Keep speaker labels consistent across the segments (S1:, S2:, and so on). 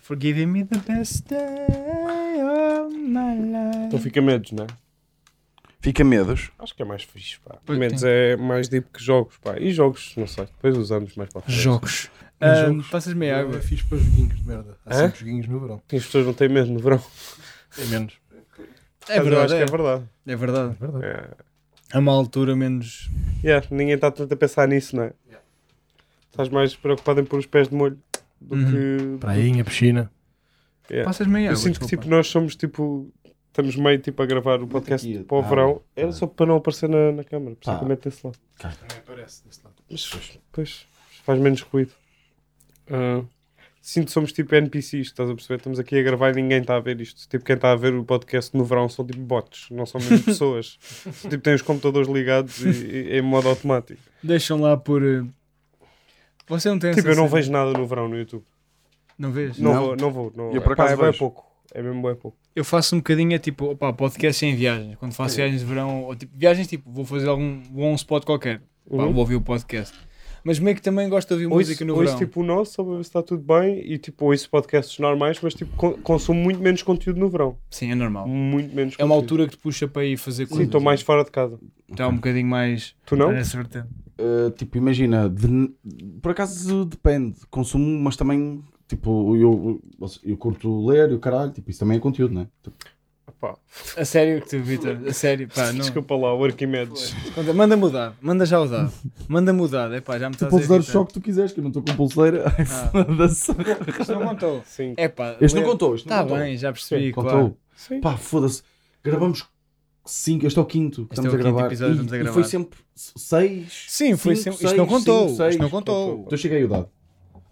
S1: For giving me the best day of my life.
S2: Então fica medos, não é?
S3: Fica medos.
S2: Acho que é mais fixe, pá.
S1: Pois
S2: medos é mais deep que jogos, pá. E jogos, não sei, depois usamos mais para frente.
S4: Jogos.
S1: Ah,
S4: jogos.
S1: Passas-me a água.
S4: Eu fiz para joguinhos de merda. Há
S2: Hã?
S4: sempre joguinhos no verão.
S2: As pessoas não têm medo no verão.
S4: É menos.
S1: É
S2: Mas eu acho
S1: verdade,
S2: que é verdade.
S1: é. é verdade.
S4: verdade.
S2: É.
S1: A uma altura menos.
S2: Yeah, ninguém está tanto a pensar nisso, não é? Estás mais preocupado em pôr os pés de molho do
S1: Uhum.
S2: que.
S4: Prainha, piscina.
S2: Yeah.
S1: Passas-me a É. água.
S2: Eu sinto que
S1: desculpa.
S2: tipo, nós somos tipo. Estamos meio tipo a gravar o podcast
S3: aqui.
S2: para o
S3: Ah,
S2: verão. Era
S3: ah.
S2: só para não aparecer na, na câmara, principalmente desse lado.
S4: Também aparece desse lado.
S2: Mas pois, faz menos ruído. Ah, sinto que somos tipo NPCs, estás a perceber? Estamos aqui a gravar e ninguém está a ver isto. Tipo, quem está a ver o podcast no verão são tipo bots, não são mesmo pessoas. tipo, têm os computadores ligados e, e- em modo automático.
S1: Deixam lá por. eh, Você não tem
S2: Tipo, eu
S1: essa
S2: não
S1: cena-
S2: vejo nada no verão no YouTube.
S1: Não vês?
S2: Não,
S3: Não.
S2: vou, não vou. Não,
S3: Eu, por acaso,
S2: é bem
S3: vejo.
S2: pouco. É mesmo bem pouco.
S1: Eu faço um bocadinho, é tipo, opá, podcast em viagens. Quando faço viagens de verão, ou tipo, viagens tipo, vou fazer algum vou a um spot qualquer. Pá,
S2: Uhum.
S1: vou ouvir o podcast. Mas meio que também gosto de ouvir
S2: Ouço-
S1: música no
S2: ouço,
S1: verão.
S2: tipo o nosso, só para ver se está tudo bem, e tipo ouço podcasts normais, mas tipo con- consumo muito menos conteúdo no verão.
S1: Sim, é normal.
S2: Muito menos
S1: É uma
S2: conteúdo.
S1: altura que te puxa para ir fazer
S2: Sim,
S1: coisas.
S2: estou mais fora de casa.
S1: Está um bocadinho mais.
S2: Tu não?
S1: Nessa vertente.
S3: Uh, tipo, imagina, de- por acaso depende, consumo, mas também, tipo, eu, eu, eu curto ler e o caralho, tipo, isso também é conteúdo, né? Tipo,
S2: Opa,
S1: A sério que tu, Vitor, a sério, pá, não.
S2: Desculpa lá, o Arquimedes.
S1: Conta- Manda mudar, manda já mudar. Manda mudar, é Ah. pá, já me
S3: tu
S1: estás a
S3: podes dar o
S1: irritar.
S3: choque que tu quiseres, que eu não estou com pulseira. Da sorte.
S1: Isto não contou.
S2: Sim.
S1: É pá,
S3: este não contou, este não
S1: Está
S3: contou.
S1: bem, já percebi,
S3: Contou.
S1: claro.
S2: Sim.
S3: Pá, foda-se, gravamos 5, este é o quinto que
S1: Este é
S3: estamos
S1: o
S3: a
S1: quinto
S3: gravar.
S1: episódio que
S3: e,
S1: estamos a
S3: e
S1: gravar.
S3: foi sempre 6.
S1: Sim, foi sempre- isto não contou, isto não contou.
S3: Então cheguei o dado.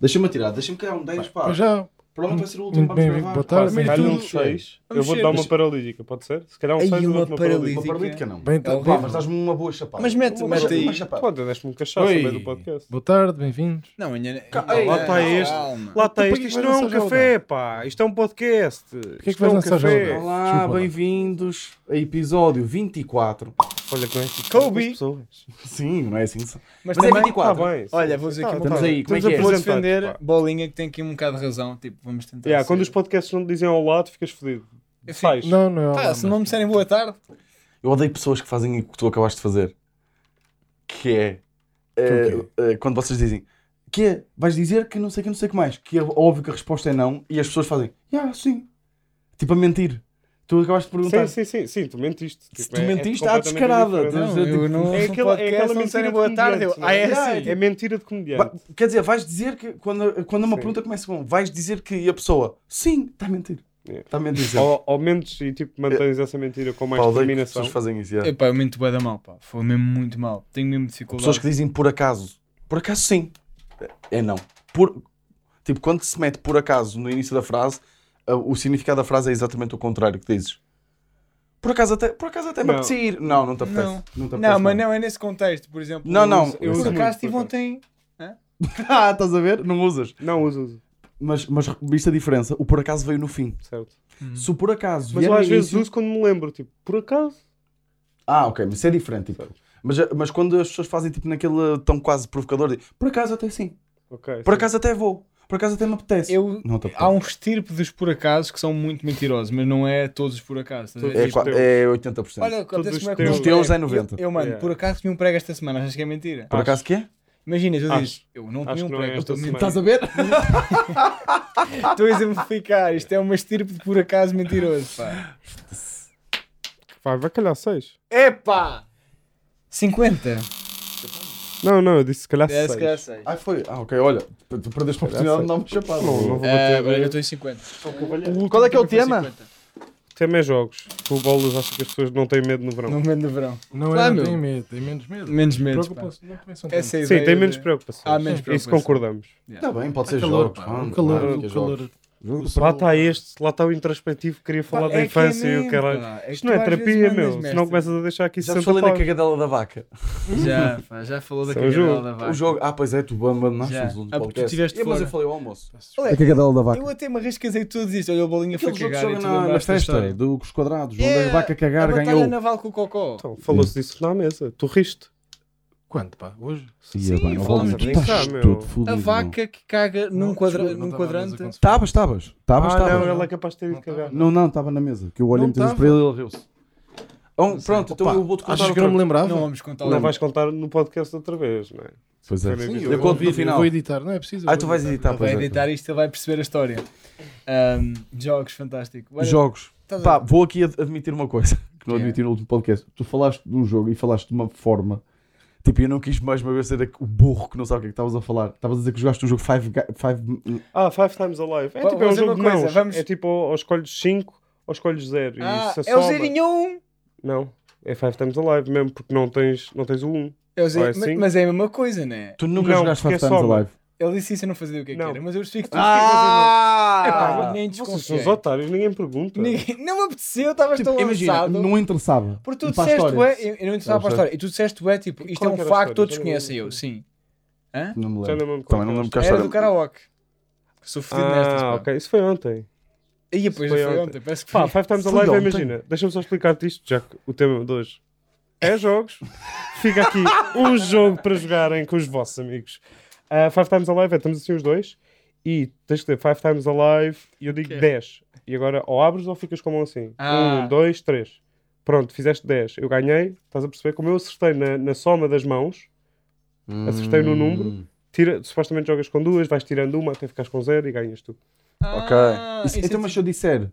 S3: Deixa-me tirar, deixa-me criar um 10, pá.
S4: Para já.
S3: Provavelmente vai ser o último,
S4: Muito
S3: vamos
S4: bem,
S3: gravar.
S4: boa tarde.
S3: Pá,
S2: Se
S4: Primeiro
S2: calhar um
S4: tudo-
S2: 6.
S1: Vamos
S2: Eu vou
S1: ver.
S2: dar uma paralídica, pode ser? Se calhar um
S1: Aí
S2: 6 eu
S1: uma
S2: dou uma paralídica.
S1: paralídica.
S3: Uma paralítica não.
S4: Bem, tá-
S1: Ele
S3: Pá,
S4: bem-
S3: mas dás-me uma boa chapada.
S1: Mas mete,
S3: Uma
S1: mete
S3: boa-
S1: aí.
S3: uma chapada.
S2: Pô, deste-me um cachaço no
S3: Oi.
S2: meio do podcast.
S4: Boa tarde, bem-vindos.
S1: Não, ainda.
S3: Ei,
S2: lá está
S3: não,
S2: este.
S1: Calma.
S2: Lá está
S4: Então,
S2: isto.
S4: para que
S2: Isto
S4: vais
S2: não é um
S4: lançar jogo,
S2: café, pá. Isto é um podcast.
S4: que
S2: Isto é
S4: vais
S2: um
S4: lançar
S2: café.
S4: jogo?
S3: Olá,
S4: Desculpa lá.
S3: bem-vindos a episódio 24.
S2: Olha como é que
S1: Kobe.
S2: pessoas.
S3: Sim, não é assim. Mas,
S1: Mas
S3: é
S1: também.
S3: 24.
S2: Está bem.
S1: Olha, vou dizer
S2: Tá,
S1: aqui uma
S2: tá.
S3: Estamos
S1: coisa.
S3: aí, como é
S2: Estamos
S3: que é?
S1: Vou
S2: apresentados,
S1: defender
S2: pá.
S1: bolinha que tem aqui um bocado de razão. Tipo, vamos tentar.
S2: Yeah,
S1: ser-
S2: quando os podcasts não te dizem ao lado, ficas fodido.
S1: Eu fico-
S2: Sais.
S4: Não, não é.
S1: Pá,
S4: Olá,
S1: Tá, se
S4: não.
S1: não me disserem boa tarde,
S3: Eu odeio pessoas que fazem o que tu acabaste de fazer. Que é. eh,
S4: Que o
S3: eh, quando vocês dizem. Que é, vais dizer que não sei o que, não sei o que mais. Que é óbvio que a resposta é não. E as pessoas fazem. Yeah, sim. Tipo a mentir. Tu acabaste de perguntar.
S1: tá.
S2: Sim, sim, sim. Sim, tu mentiste.
S3: Se
S2: Tipo,
S3: tu
S2: é- é
S3: mentiste, à
S2: completamente
S3: descarada.
S2: diferente.
S1: não,
S3: Não,
S1: eu
S3: tipo,
S1: não.
S2: É
S1: ouço um
S2: aquela, é
S1: podcast,
S2: aquela
S1: não me
S2: mentira
S1: disserem
S2: de
S1: boa tarde. eu-
S2: comediante,
S1: Ah, é
S2: não
S1: assim.
S2: É mentira de comediante.
S3: Vai- Quer dizer, vais dizer que quando, quando uma
S2: Sim.
S3: pergunta começa com vais dizer que a pessoa sim, está a mentir.
S2: É.
S3: Está a mentir. sempre.
S2: Ou, ou mentes e tipo mantens essa mentira com mais
S3: Pá, odeio que
S2: determinação.
S3: pessoas fazem isso. é.
S1: Epá, eu minto bué da mal, pá. Foi mesmo muito mal. Tenho mesmo
S2: Tipo,
S1: dificuldade.
S3: Pessoas que dizem por acaso. Por acaso sim. É não. Por... Tipo, quando se mete por acaso no início da frase, ah, o significado da frase é exatamente o contrário que dizes. Por acaso até, por acaso até me
S2: Não.
S3: apetece ir. Não, não te apetece.
S1: Não.
S3: te
S1: Não,
S3: apetece,
S1: mas não é nesse contexto, por exemplo.
S3: Não,
S1: eu
S3: não, é
S1: uso- Eu
S3: eu
S1: por
S3: uso
S1: acaso
S2: muito,
S1: tive
S2: por acaso.
S1: ontem.
S3: Ah, estás a ver? Não usas.
S2: Não uso, uso.
S3: Mas, mas viste a diferença? O por acaso veio no fim.
S2: Certo.
S3: Se o por acaso
S2: Uhum. Mas
S1: é
S3: vier
S2: eu
S3: no
S2: às vezes
S3: início-
S2: uso quando me lembro, tipo, por acaso?
S3: Ah, ok, mas isso é diferente. tipo. Mas, mas quando as pessoas fazem tipo naquele tão quase provocador de por acaso até sim,
S2: Ok.
S3: por
S2: sim.
S3: acaso até vou, por acaso até me apetece.
S1: Eu,
S3: Não te apetece.
S1: há um estirpe dos por acaso que são muito mentirosos, mas não é todos os por acaso. estás a ver?
S2: Todos
S3: é,
S2: os
S3: qua-
S2: teus.
S3: é 80%.
S1: Tipo, Olha, acontece
S2: os
S1: como é que
S2: teus.
S1: eu-
S3: Os teus é 90.
S1: Eu, eu mano,
S2: Yeah.
S1: por acaso comi um prego esta semana, achas que é mentira?
S3: por acaso que é?
S1: Imagina, tu dizes,
S2: Acho.
S1: eu não
S2: Acho
S1: comi um
S2: que não é
S1: prego, eu
S2: esta
S1: estou a mentir.
S2: semana.
S3: a ver?
S1: Estou a exemplificar, isto é uma estirpe de por acaso mentiroso, pá.
S2: Vai, vai calhar 6.
S1: Epá! 50.
S2: Não, não, eu disse se calhar
S1: É,
S2: 6.
S1: se calhar 6.
S3: Ah, foi. Ah, ok, olha, tu perdeste a oportunidade de dar uma chapada.
S2: Não, não vou
S1: É,
S2: bater.
S1: agora eu estou em 50.
S3: Qual é que é o
S1: Também foi
S3: tema?
S1: 50.
S2: O tema é jogos. Tu, bolas, acha que as pessoas não têm medo no verão?
S1: No momento do verão.
S4: Não
S1: Ah,
S4: é,
S1: meu.
S4: não tem medo, tem menos medo.
S1: Menos menos, pá.
S4: Preocupa-se, não começam tanto.
S1: Essa é a
S2: Sim,
S1: ideia
S2: tem menos
S1: de-
S2: preocupações.
S1: Há menos
S2: Isso
S1: preocupações.
S2: concordamos.
S3: Está bem, pode ser
S4: Calor,
S3: jogo.
S4: pá, o calor, o calor.
S2: Lá está tá este, lá está o introspectivo que queria falar
S1: Pá, é
S2: da
S1: que é
S2: infância e o
S1: mesmo,
S2: caralho.
S1: pá. É que
S2: Isto não é
S1: tu às vezes
S2: terapia,
S1: mandas
S2: meu.
S1: mestre.
S2: Senão começas a deixar aqui
S3: Já é
S2: 60
S3: te falei da
S2: paus.
S3: cagadela da vaca.
S1: Já, pá, já falou da
S2: Isso é um
S1: cagadela
S2: jogo.
S1: da vaca.
S3: O jogo. Ah, pois é, tu abandonaste
S1: Já.
S3: nos últimos
S1: Ah, porque tu
S3: podcasts.
S1: tiveste
S3: É, Mas
S1: fora.
S3: eu falei ao almoço.
S1: Olha,
S3: cagadela da
S1: eu até me arriscasei tudo isto. Olha, o bolinha foi
S3: Aquele jogo que
S1: cagar
S3: joga
S1: e tu
S3: na, na
S1: lembraste da
S3: festa
S1: história. tá
S3: do, com os quadrados, onde
S1: Yeah,
S3: a vaca cagar
S1: a batalha
S3: ganhou.
S1: naval com o Cocó.
S2: Então, falou-se disso na mesa. Tu riste.
S4: Quanto, pá? Hoje?
S1: Sim,
S3: Ia é bem, ó,
S1: falamos
S3: Valdir, tu
S2: disso.
S3: estás Ah,
S2: Sabe, Tá, meu?
S3: todo fodido.
S1: A vaca que caga num,
S4: Não,
S1: quadra-
S4: desculpa, não
S1: num
S4: estava a
S1: quadrante. tá.
S4: dizer quanto
S3: Estavas, estavas. Estavas,
S2: Ah, não,
S3: estavas.
S2: ele é capaz de ter ido
S4: Não tá.
S2: cagar.
S3: Não, não, estava na mesa. Que eu olhei
S4: Não
S3: muitas vezes
S4: tava.
S3: para ele e ele riu-se. Ah, um,
S4: Não sei.
S3: pronto, então
S4: Opa,
S3: eu vou-te contar
S4: Achas que eu não me
S3: outra.
S4: lembrava?
S1: Não vamos contar
S2: Não
S1: o-
S2: vais contar no podcast outra vez, não é?
S3: Pois é.
S2: Sim,
S3: Eu
S2: eu
S3: conto no
S4: Eu
S3: final.
S4: Vou editar, não é preciso. eu
S3: Ah,
S4: vou
S3: tu vais editar,
S1: Vai
S3: pois é.
S1: editar isto, ele vai perceber a história. Ahm, jogos, fantástico. Olha,
S3: Jogos.
S1: estás a-
S3: Pá, vou aqui ad- admitir uma coisa que é. não
S1: Yeah.
S3: admiti no último podcast. Tu falaste de um jogo e falaste de uma forma. Tipo, eu não quis mais uma vez ser o burro que não sabe o que é que estavas a falar. Estavas a dizer que jogaste o jogo Five. Ga- Five...
S2: Ah, Five Times Alive. É
S1: Va-
S2: tipo,
S1: vou
S2: é um
S1: dizer
S2: jogo
S1: uma
S2: de
S1: coisa,
S2: mãos.
S1: vamos-
S2: É tipo, ou ou escolhes 5 ou escolhes 0.
S1: Ah,
S2: e se
S1: é o
S2: soma-
S1: zerinho 1.
S2: Não, é Five Times Alive mesmo, porque não tens, não tens o 1.
S1: É o zero-
S2: Ou é
S1: ma-
S2: assim?
S1: Mas é a mesma coisa, né?
S3: Tu nunca
S2: Não,
S3: jogaste Five
S2: porque é
S3: Times
S2: soma.
S3: Alive.
S1: Ele disse isso e eu não fazia o que é que
S2: Não.
S1: era, mas eu percebi que tu
S3: Ah!
S1: Epá, nem
S2: Vocês são
S1: desconfiei.
S2: os otários, ninguém pergunta.
S1: Ninguém- Não me apeteceu, estavas
S3: Tipo,
S1: tão
S3: imagina,
S1: lançado.
S3: não interessava.
S1: Porque tu
S3: E para a
S1: disseste,
S3: história?
S1: ué, eu eu não interessava para a história. E tu disseste, ué, tipo, isto é
S2: Qual
S1: um
S2: que era a
S1: facto,
S2: história?
S1: todos
S2: Já não
S1: conhecem
S2: lembro.
S1: eu, sim. Hã?
S3: Não me
S2: Já não
S3: lembro.
S2: me lembro
S3: Também
S2: qual
S3: não lembro
S2: que
S3: que a
S1: Era
S3: história.
S1: do karaoke. Sou fodido nestas,
S2: Ah,
S1: pá.
S2: ok, isso foi ontem.
S1: Aí, pois,
S2: Foi
S1: foi ontem.
S2: ontem.
S1: Parece que
S2: Pá,
S1: foi.
S2: Five Times
S3: Foi
S2: Alive,
S3: ontem.
S2: imagina. Deixa-me só explicar-te isto, já que o tema de hoje é jogos. Fica aqui um jogo para jogarem com os vossos amigos. Ah, Five Times Alive, é, estamos assim os dois. E tens que ter Five Times Alive e eu digo
S1: Ok.
S2: 10. E agora ou abres ou ficas como assim.
S1: Ah.
S2: Um, dois, três. Pronto, fizeste 10. Eu ganhei. Estás a perceber? Como eu acertei na, na soma das mãos,
S3: Hum.
S2: Acertei no número. tira, supostamente jogas com duas, vais tirando uma até ficares com zero e ganhas tu.
S3: Ok.
S1: Ah,
S3: Isso-
S1: isso é
S3: então, mas se eu disser.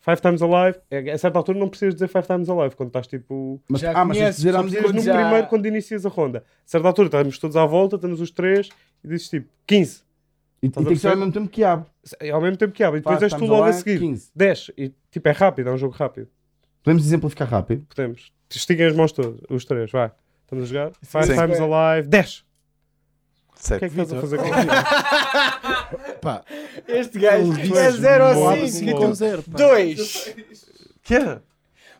S2: Five Times Alive, é, a certa altura não precisas dizer Five Times Alive quando estás tipo.
S3: Mas,
S1: Já
S3: ah, mas tens
S1: conheces,
S3: de dizer à
S1: só
S3: medida
S1: precisas
S2: Depois
S1: Quando
S2: no
S1: já-
S2: primeiro, quando inicias a ronda, a certa altura estamos todos à volta, estamos os três, e dizes tipo 15.
S3: E, e tem
S2: Estás a
S3: que ser ao
S2: perceber?
S3: mesmo tempo que abre.
S2: E Ao mesmo tempo que abre, e depois
S3: Five
S2: és tu
S3: times
S2: logo a
S3: alive,
S2: seguir.
S3: 15.
S2: 10. E tipo, é rápido, é um jogo rápido.
S3: Podemos exemplificar rápido?
S2: Podemos. Estiguem as mãos todos, os três, vai. Estamos a jogar. Five
S3: Sim.
S2: Times Alive, 10. O que é
S3: Certo.
S2: que estás a fazer com
S4: Pá,
S1: Este gajo
S4: Ele
S1: é
S4: disse
S1: 0
S2: logo,
S1: ou
S4: fica com
S1: 5.
S4: zero. pá.
S1: 2.
S3: Que era?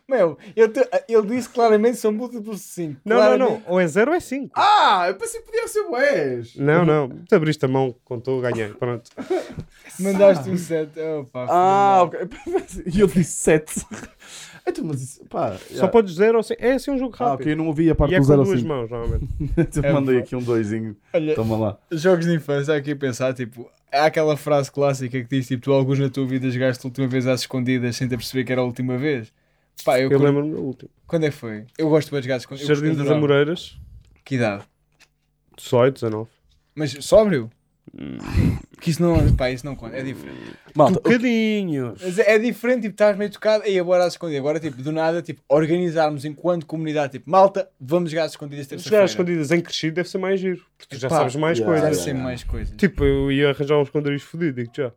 S1: Meu, eu te- ele disse claramente são múltiplos de 5.
S2: Não, não, não. Ou é 0 ou é 5.
S3: Ah, eu pensei que podia ser boés.
S2: Não, não. Tu abriste a mão, contou, ganhei. Pronto.
S1: Mandaste um 7.
S3: Ah, ok. E eu disse 7. Então, mas isso, pá.
S2: Só podes 0 ou 5. É assim um jogo
S3: Ah, ok,
S2: rápido.
S3: eu não ouvi a parte
S2: E é
S3: do
S2: com
S3: 0 a
S2: duas
S3: 5.
S2: mãos, normalmente.
S3: Eu mandei aqui um doisinho.
S1: Olha,
S3: Toma lá.
S1: jogos de infância, há aqui a pensar, tipo, há aquela frase clássica que diz, tipo, tu alguns na tua vida jogaste a última vez às escondidas sem te perceber que era a última vez. Pá, eu,
S2: Eu
S1: quando,
S2: lembro-me do último.
S1: quando é que foi? Eu gosto de jogar às escondidas. eu
S2: Jardim das
S1: adorava.
S2: Amoreiras,
S1: Que idade?
S2: 18, 19.
S1: Mas sóbrio? Que isso não, pá, isso não conta, é diferente.
S3: Malta, o-
S2: Bocadinhos.
S1: Mas é é diferente, tipo, estás meio tocado e agora às escondidas. Agora, tipo, do nada, tipo, organizarmos enquanto comunidade, tipo, malta, vamos jogar às escondidas
S2: Jogar
S1: terça-feira.
S2: às escondidas em crescido deve ser mais giro, porque tu já
S1: Epá,
S2: sabes mais
S3: yeah,
S1: Já
S2: coisas.
S1: sei mais coisas.
S2: Tipo, eu ia arranjar um esconderijo fodido, digo já.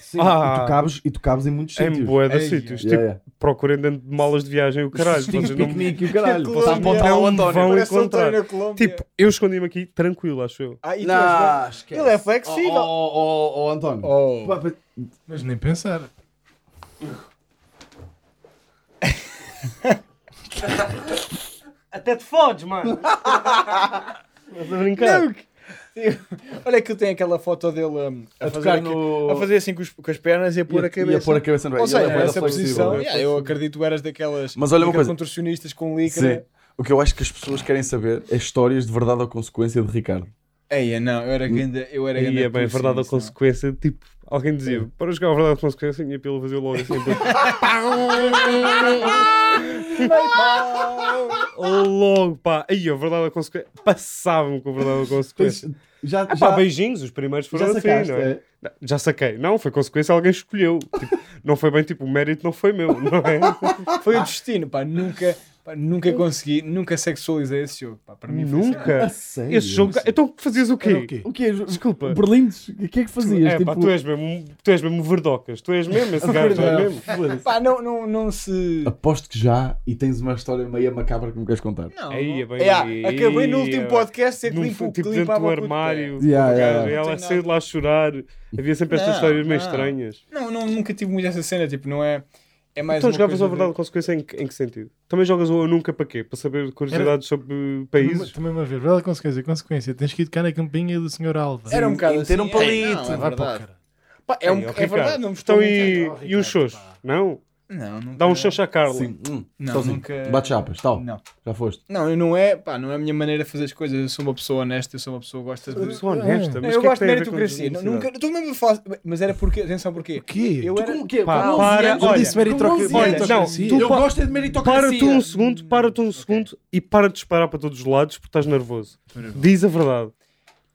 S3: sim,
S2: Ah.
S3: e, tu cabes, e tu cabes em muitos
S2: Em
S3: sítios.
S2: boé de
S1: Ei,
S2: sítios.
S3: Yeah,
S2: tipo,
S3: yeah.
S2: procurem dentro de malas de viagem o caralho.
S3: Tens
S2: vocês não-
S3: piquenique e o caralho.
S1: Colômbia.
S3: Posso apontar
S2: Não
S3: ao António.
S2: um vão
S1: Parece o
S2: encontrar.
S1: António na Colômbia.
S2: Tipo, eu escondi-me aqui tranquilo, acho eu.
S1: Ah, e tu és bom?
S3: Não, esquece. Oh,
S1: Ele é flexível.
S3: Ó, ó, ó, ó, António.
S1: Oh.
S3: Pá, pá,
S4: Mas nem pensar.
S5: Até te fodes, mano.
S2: Estás a brincar?
S1: Não, que- Olha que eu tenho aquela foto dele um, a,
S3: A
S1: fazer
S3: tocar
S1: aqui-
S3: no.
S1: a fazer assim com, os- com as pernas e a pôr a
S3: E
S1: cabeça.
S3: a pôr a cabeça no
S1: Ou seja,
S3: Ele é bué da
S1: essa
S3: flexível.
S1: posição, yeah, eu acredito que eras daquelas
S3: Mas olha uma
S1: daqueles
S3: coisa.
S1: contorcionistas com
S3: Sim.
S1: líquido. né?
S3: O que eu acho que as pessoas querem saber é histórias de verdade ou consequência de Ricardo.
S1: Eia, não, eu era ganda, eu era ganda
S2: E é bem
S1: pussy
S2: verdade a
S1: nisso, não.
S2: consequência. Tipo, alguém
S1: É.
S2: dizia para jogar a verdade a consequência, minha pila fazia logo assim. tipo, logo, pá. Aí a verdade a consequência. Passava-me com a verdade a consequência.
S3: Já,
S2: Ah, pá, beijinhos, os primeiros foram assim,
S3: sacaste,
S2: não é?
S3: é?
S2: Não, Já saquei. Não, foi consequência, alguém escolheu. Tipo, não foi bem, tipo, o mérito não foi meu, não é?
S1: Foi o destino, pá, nunca, pá, nunca consegui, nunca sexualizei esse jogo, pá, para mim foi sempre-
S2: Nunca.
S3: A sério?
S2: Esse jogo. Então fazias o
S4: Era o
S2: quê?
S4: quê?
S3: O que é?
S2: Desculpa.
S3: Berlindes? O que é que fazias?
S2: É, pá, tu és mesmo, tu és mesmo um verdocas. Tu és mesmo esse gajo, tu és mesmo.
S3: Foda-se.
S1: assim. Pá, não, não, não se.
S3: Aposto que já e tens uma história meio macabra que me queres contar.
S1: Não.
S2: Aí, é bem-
S1: É, ah, acabei no
S2: aí, é
S1: último
S2: bem.
S1: podcast ser que
S2: Num-
S1: limpo
S2: tipo,
S1: que
S2: dentro
S1: limpava
S2: do
S1: o cu de pé.
S2: armário.
S3: Yeah,
S2: o
S3: yeah,
S2: gajo,
S3: yeah.
S1: Não
S2: Ela
S1: tem
S2: saiu
S1: nada.
S2: de lá a chorar. Havia sempre estas
S1: Não,
S2: histórias meio
S1: não.
S2: estranhas.
S1: Não, não, nunca tive muito essa cena, tipo, não é. É mais
S2: então
S1: uma
S2: jogavas
S1: coisa
S2: a
S1: de-
S2: verdade ou consequência em, que- em que sentido? Também jogas o Eu Nunca para quê? Para saber curiosidades sobre países?
S4: Também me a ver. Verdade, consequência, consequência. Tens que ir tocar na campinha do Sr. Alva.
S1: Era um bocado
S3: e meter
S1: assim.
S3: um
S1: é,
S3: palito.
S1: não, é
S4: Vai para o
S1: verdade.
S4: cara.
S1: Pá, é, um,
S2: Ei, ó,
S1: é
S2: Ricardo,
S1: verdade, não me estou
S2: Então
S1: mentindo.
S2: e,
S4: Oh,
S2: e os
S4: Ricardo,
S2: shows?
S4: pá.
S2: Não?
S1: Não, nunca.
S2: Dá um xoxa a Carla.
S3: Sim. Hum.
S1: Não,
S3: Sozinho.
S1: nunca.
S3: Bate chapas, tal.
S1: Não.
S3: Já foste.
S1: Não, eu não é, pá, não é a minha maneira de fazer as coisas. Eu sou uma pessoa honesta, eu sou uma pessoa que gosta de.
S2: Uma pessoa honesta, mas
S1: eu
S2: o que é que
S1: gosto de
S2: tem a ver com
S1: meritocracia. Não- Nunca,
S2: desonestidade?
S1: estou mesmo a falar. Mas era porque, atenção, porquê?
S4: quê?
S1: Eu era.
S3: que é?
S2: Pá,
S3: Com 11
S2: para,
S3: anos,
S4: Eu
S2: olha,
S4: disse meritocracia.
S3: com 11 anos,
S4: meritocracia.
S2: não, tu-
S3: eu
S2: pa-
S3: gosto é de meritocracia.
S2: Para-te um segundo, para-te um segundo e para de disparar para todos os lados porque estás nervoso. Diz a verdade.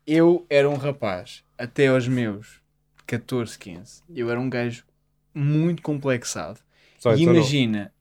S1: Eu era um rapaz, até aos meus 14, 15, eu era um gajo muito complexado.
S2: Só,
S1: e
S2: então não.
S1: imagina,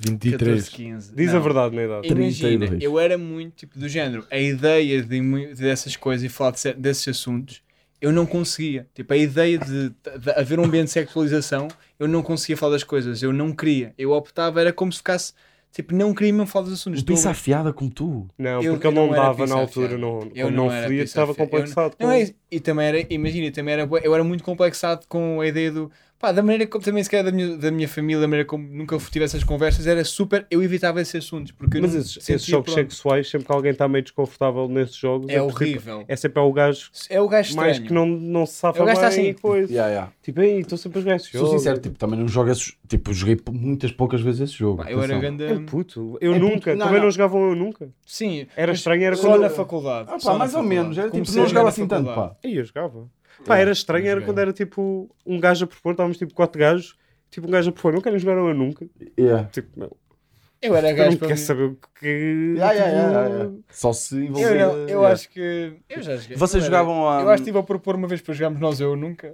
S1: 14,
S4: 23.
S1: 15.
S2: Diz a
S1: não.
S2: verdade na idade.
S1: Imagina,
S3: 32.
S1: eu era muito tipo do género. A ideia de, mu- dessas coisas e falar de cer- desses assuntos, eu não conseguia. Tipo, a ideia de, de haver um ambiente de sexualização, eu não conseguia falar das coisas. Eu não queria. Eu optava, era como se ficasse. Tipo, não queria mesmo falar dos assuntos.
S3: O
S1: Estou-
S3: pizza afiada como tu.
S2: Não,
S1: Eu-
S2: porque
S1: eu
S2: ele não
S1: não era
S2: dava na
S1: pizza
S2: altura,
S1: afiada.
S2: não,
S1: Então, Eu
S2: quando não,
S1: não era
S2: fluía,
S1: pizza
S2: estava
S1: afiada. Eu
S2: complexado.
S1: Não
S2: com-
S1: é isso. E também era, imagina, e também era, bué- eu era muito complexado com a ideia do. Pá, da maneira como também se calhar da minha, da minha família, da maneira como nunca tive essas conversas, era super. Eu evitava esses assuntos. Porque eu
S2: Mas
S1: não
S2: esses,
S1: sentia,
S2: esses jogos
S1: pronto,
S2: sexuais, sempre que alguém está meio desconfortável nesses jogos,
S1: É
S2: porque, tipo,
S1: horrível.
S2: é sempre é o gajo
S1: É o gajo
S2: mais
S1: estranho.
S2: que não, não se safa
S1: É o gajo
S2: mais
S1: que está
S2: e
S1: assim.
S2: coisa.
S3: Yeah, yeah.
S2: Tipo, ei, estou sempre a jogar esse jogo.
S3: Sou sincero, tipo, também não jogo esses. Tipo, joguei pou- muitas poucas vezes esse jogo.
S1: Pá, eu era
S3: atenção.
S1: grande.
S2: É puto. Eu
S3: É puto.
S2: nunca.
S3: Não,
S2: Também não.
S3: não.
S2: jogavam eu nunca.
S1: Sim.
S2: Era
S1: mas
S2: estranho, era
S1: só
S2: quando-
S1: na faculdade.
S3: Ah, pá,
S1: só na
S3: mais ou
S1: faculdade.
S3: menos. Era, tipo,
S1: Comecei
S3: não
S1: a
S3: jogava
S1: jogar
S3: assim
S1: na
S3: tanto,
S1: faculdade.
S3: pá.
S2: Aí eu jogava. Pá, era estranho, era
S1: joguei.
S2: quando era tipo um gajo a propor, estávamos tipo quatro gajos, tipo um gajo a propor, não querem jogar eu nunca.
S3: Yeah.
S2: Tipo, não.
S1: Eu era
S2: Eu não
S1: Um gajo para.
S2: quero
S1: mim.
S2: saber o que.
S3: Yeah, yeah,
S2: tipo,
S3: yeah, yeah, yeah. Só se envolver.
S1: Eu, não, eu
S3: yeah.
S1: acho que. Eu já joguei.
S3: Vocês
S1: Não era-
S3: jogavam a.
S1: Eu acho que tipo- estive a propor uma vez para jogarmos nós, eu nunca.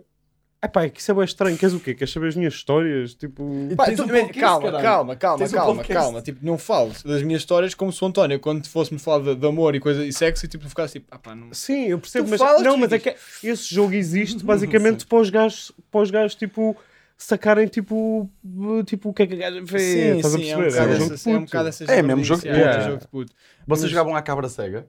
S2: Ah, pá, é que isso é bem estranho. Queres o quê? Queres saber as minhas histórias? Tipo.
S1: Pá,
S3: Tens
S1: tu-
S3: um podcast,
S1: calma,
S3: caralho.
S1: calma, calma,
S3: Tens um
S1: calma,
S3: podcast.
S1: calma. Tipo, não fales das minhas histórias como se o António, quando fosse-me falar de, de amor e coisa e sexo, e tipo, tu ficasse tipo, ah pá, não.
S2: Sim, eu percebo,
S1: Tu
S2: mas
S1: falas,
S2: não,
S1: tu
S2: mas é que esse jogo existe basicamente para os gajos, para os gajos tipo sacarem tipo, tipo o que é que a gaja fez, estás a
S1: é um
S2: perceber?
S1: bocado
S3: É um
S1: essa-
S2: jogo de
S1: é um
S2: puto.
S1: bocado essas
S3: É mesmo jogo de
S1: jogardices,
S2: puto.
S1: é, é jogo de puto.
S3: Vocês
S1: Mas-
S3: jogavam à cabra cega?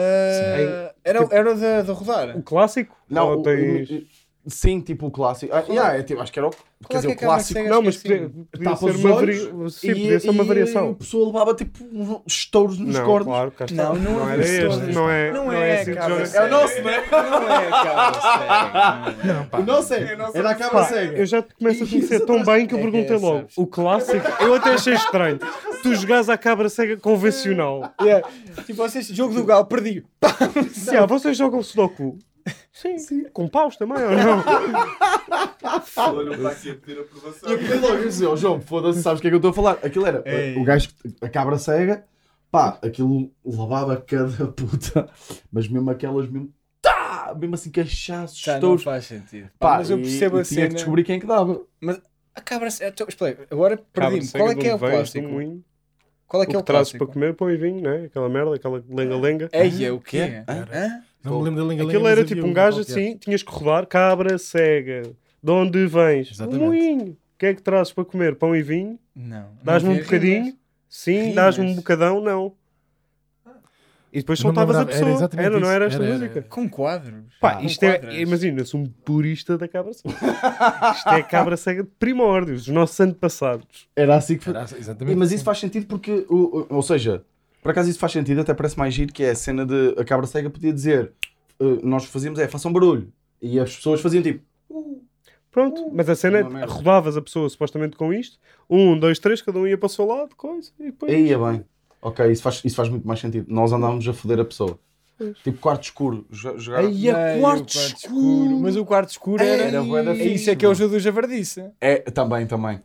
S1: Ah, Era era o da da rodar.
S2: é? O clássico? Ou
S3: o-
S2: tens-
S3: o- sim, tipo o clássico. Ah, yeah, é, tipo, acho que era o. Quer dizer,
S1: é
S3: o
S1: que a cabra
S3: clássico.
S1: cega-
S2: não, mas
S1: acho que
S2: podia,
S1: sim.
S2: podia
S3: Tapa
S2: ser
S3: os
S2: uma,
S3: olhos
S2: vari... sim, podia ser uma
S3: e a
S2: variação.
S3: pessoa levava tipo um estouro nos
S2: Não,
S3: cornos.
S2: claro, cá está.
S1: Não, não é
S2: era
S1: isso,
S2: este,
S1: não é
S2: não
S1: Não
S2: é,
S1: é,
S2: esse
S1: cabra
S2: jogo.
S1: cega.
S3: É o nosso, não é?
S1: Não é cabra cega. Não,
S3: O nosso é. Era a cabra
S2: Pá,
S3: cega.
S2: eu já te começo a conhecer
S3: Isso
S2: tão bem que eu
S1: É, é,
S2: perguntei logo.
S1: sabes?
S2: O clássico, eu até achei estranho. Tu jogares à cabra cega convencional.
S1: Yeah. Tipo, vocês, jogo do Galo, perdi.
S2: Se há, ah, vocês jogam Sudoku? Sim, Com paus também, ou não?
S3: E eu fiquei logo eu disse, ó João, foda-se, sabes o que é que eu estou a falar? Aquilo era
S1: Ei.
S3: o gajo, que- a cabra cega, pá, aquilo lavava cada puta, mas mesmo aquelas mesmo, tá, mesmo assim cachaços,
S1: Já não
S3: estouros,
S1: faz sentido.
S3: pá,
S1: mas eu
S3: e-
S1: percebo
S3: e
S1: a
S3: tinha
S1: cena.
S3: que descobrir quem é que dava.
S1: A cabra cega. então, Espera, aí, agora perdi-me. Qual é
S2: um
S1: que é o plástico? Qual é
S2: O
S1: que é
S2: que
S1: o
S2: trazes para
S1: plástico?
S2: comer, pão e vinho, né? Aquela merda, aquela lenga-lenga.
S1: Ei, é o quê?
S3: Quê? Hã?
S1: Hã?
S4: Não me lembro da linha
S2: Aquilo era tipo um gajo assim, tinhas que rodar, cabra cega, de onde vens?
S4: Exatamente.
S2: Um moinho. O que é que trazes para comer? Pão e vinho?
S1: Não. não
S2: Dás-me um
S1: vi.
S2: bocadinho? Sim,
S1: Rimas.
S2: dás-me um bocadão? Não. E depois
S4: Não me
S2: soltavas a
S4: lembrava, era
S2: pessoa. Era,
S4: exatamente
S2: não
S4: isso.
S2: era esta
S4: Era, era,
S2: música?
S4: era.
S1: Com quadros. Ah,
S2: Pá,
S1: Com
S2: isto é,
S1: quadros.
S2: imagina-se um purista da cabra cega. isto é cabra cega de primórdios, os nossos antepassados.
S3: Era assim que
S4: Era,
S3: foi.
S4: exatamente.
S3: Mas isso faz sentido porque, o- o- ou seja, por acaso isso faz sentido, até parece mais giro, que é a cena de a cabra cega podia dizer, eh, nós fazíamos é, façam barulho, e as pessoas faziam tipo,
S2: Pronto, mas a cena
S3: uma
S2: é,
S3: merda.
S2: rodavas a pessoa supostamente com isto, um, dois, três, cada um ia para o seu lado, coisa, e depois...
S3: Aí é bem. Ok, isso faz, isso faz muito mais sentido. Nós andávamos a foder a pessoa. Tipo, quarto escuro. jo- Jogar...
S2: Aí é
S1: Ei, o
S2: quarto escuro.
S1: Mas o quarto escuro era.
S3: Era bué da
S1: É
S3: fixe,
S1: Isso é que é o
S3: mano.
S1: jogo do Javardice.
S3: É, também, também.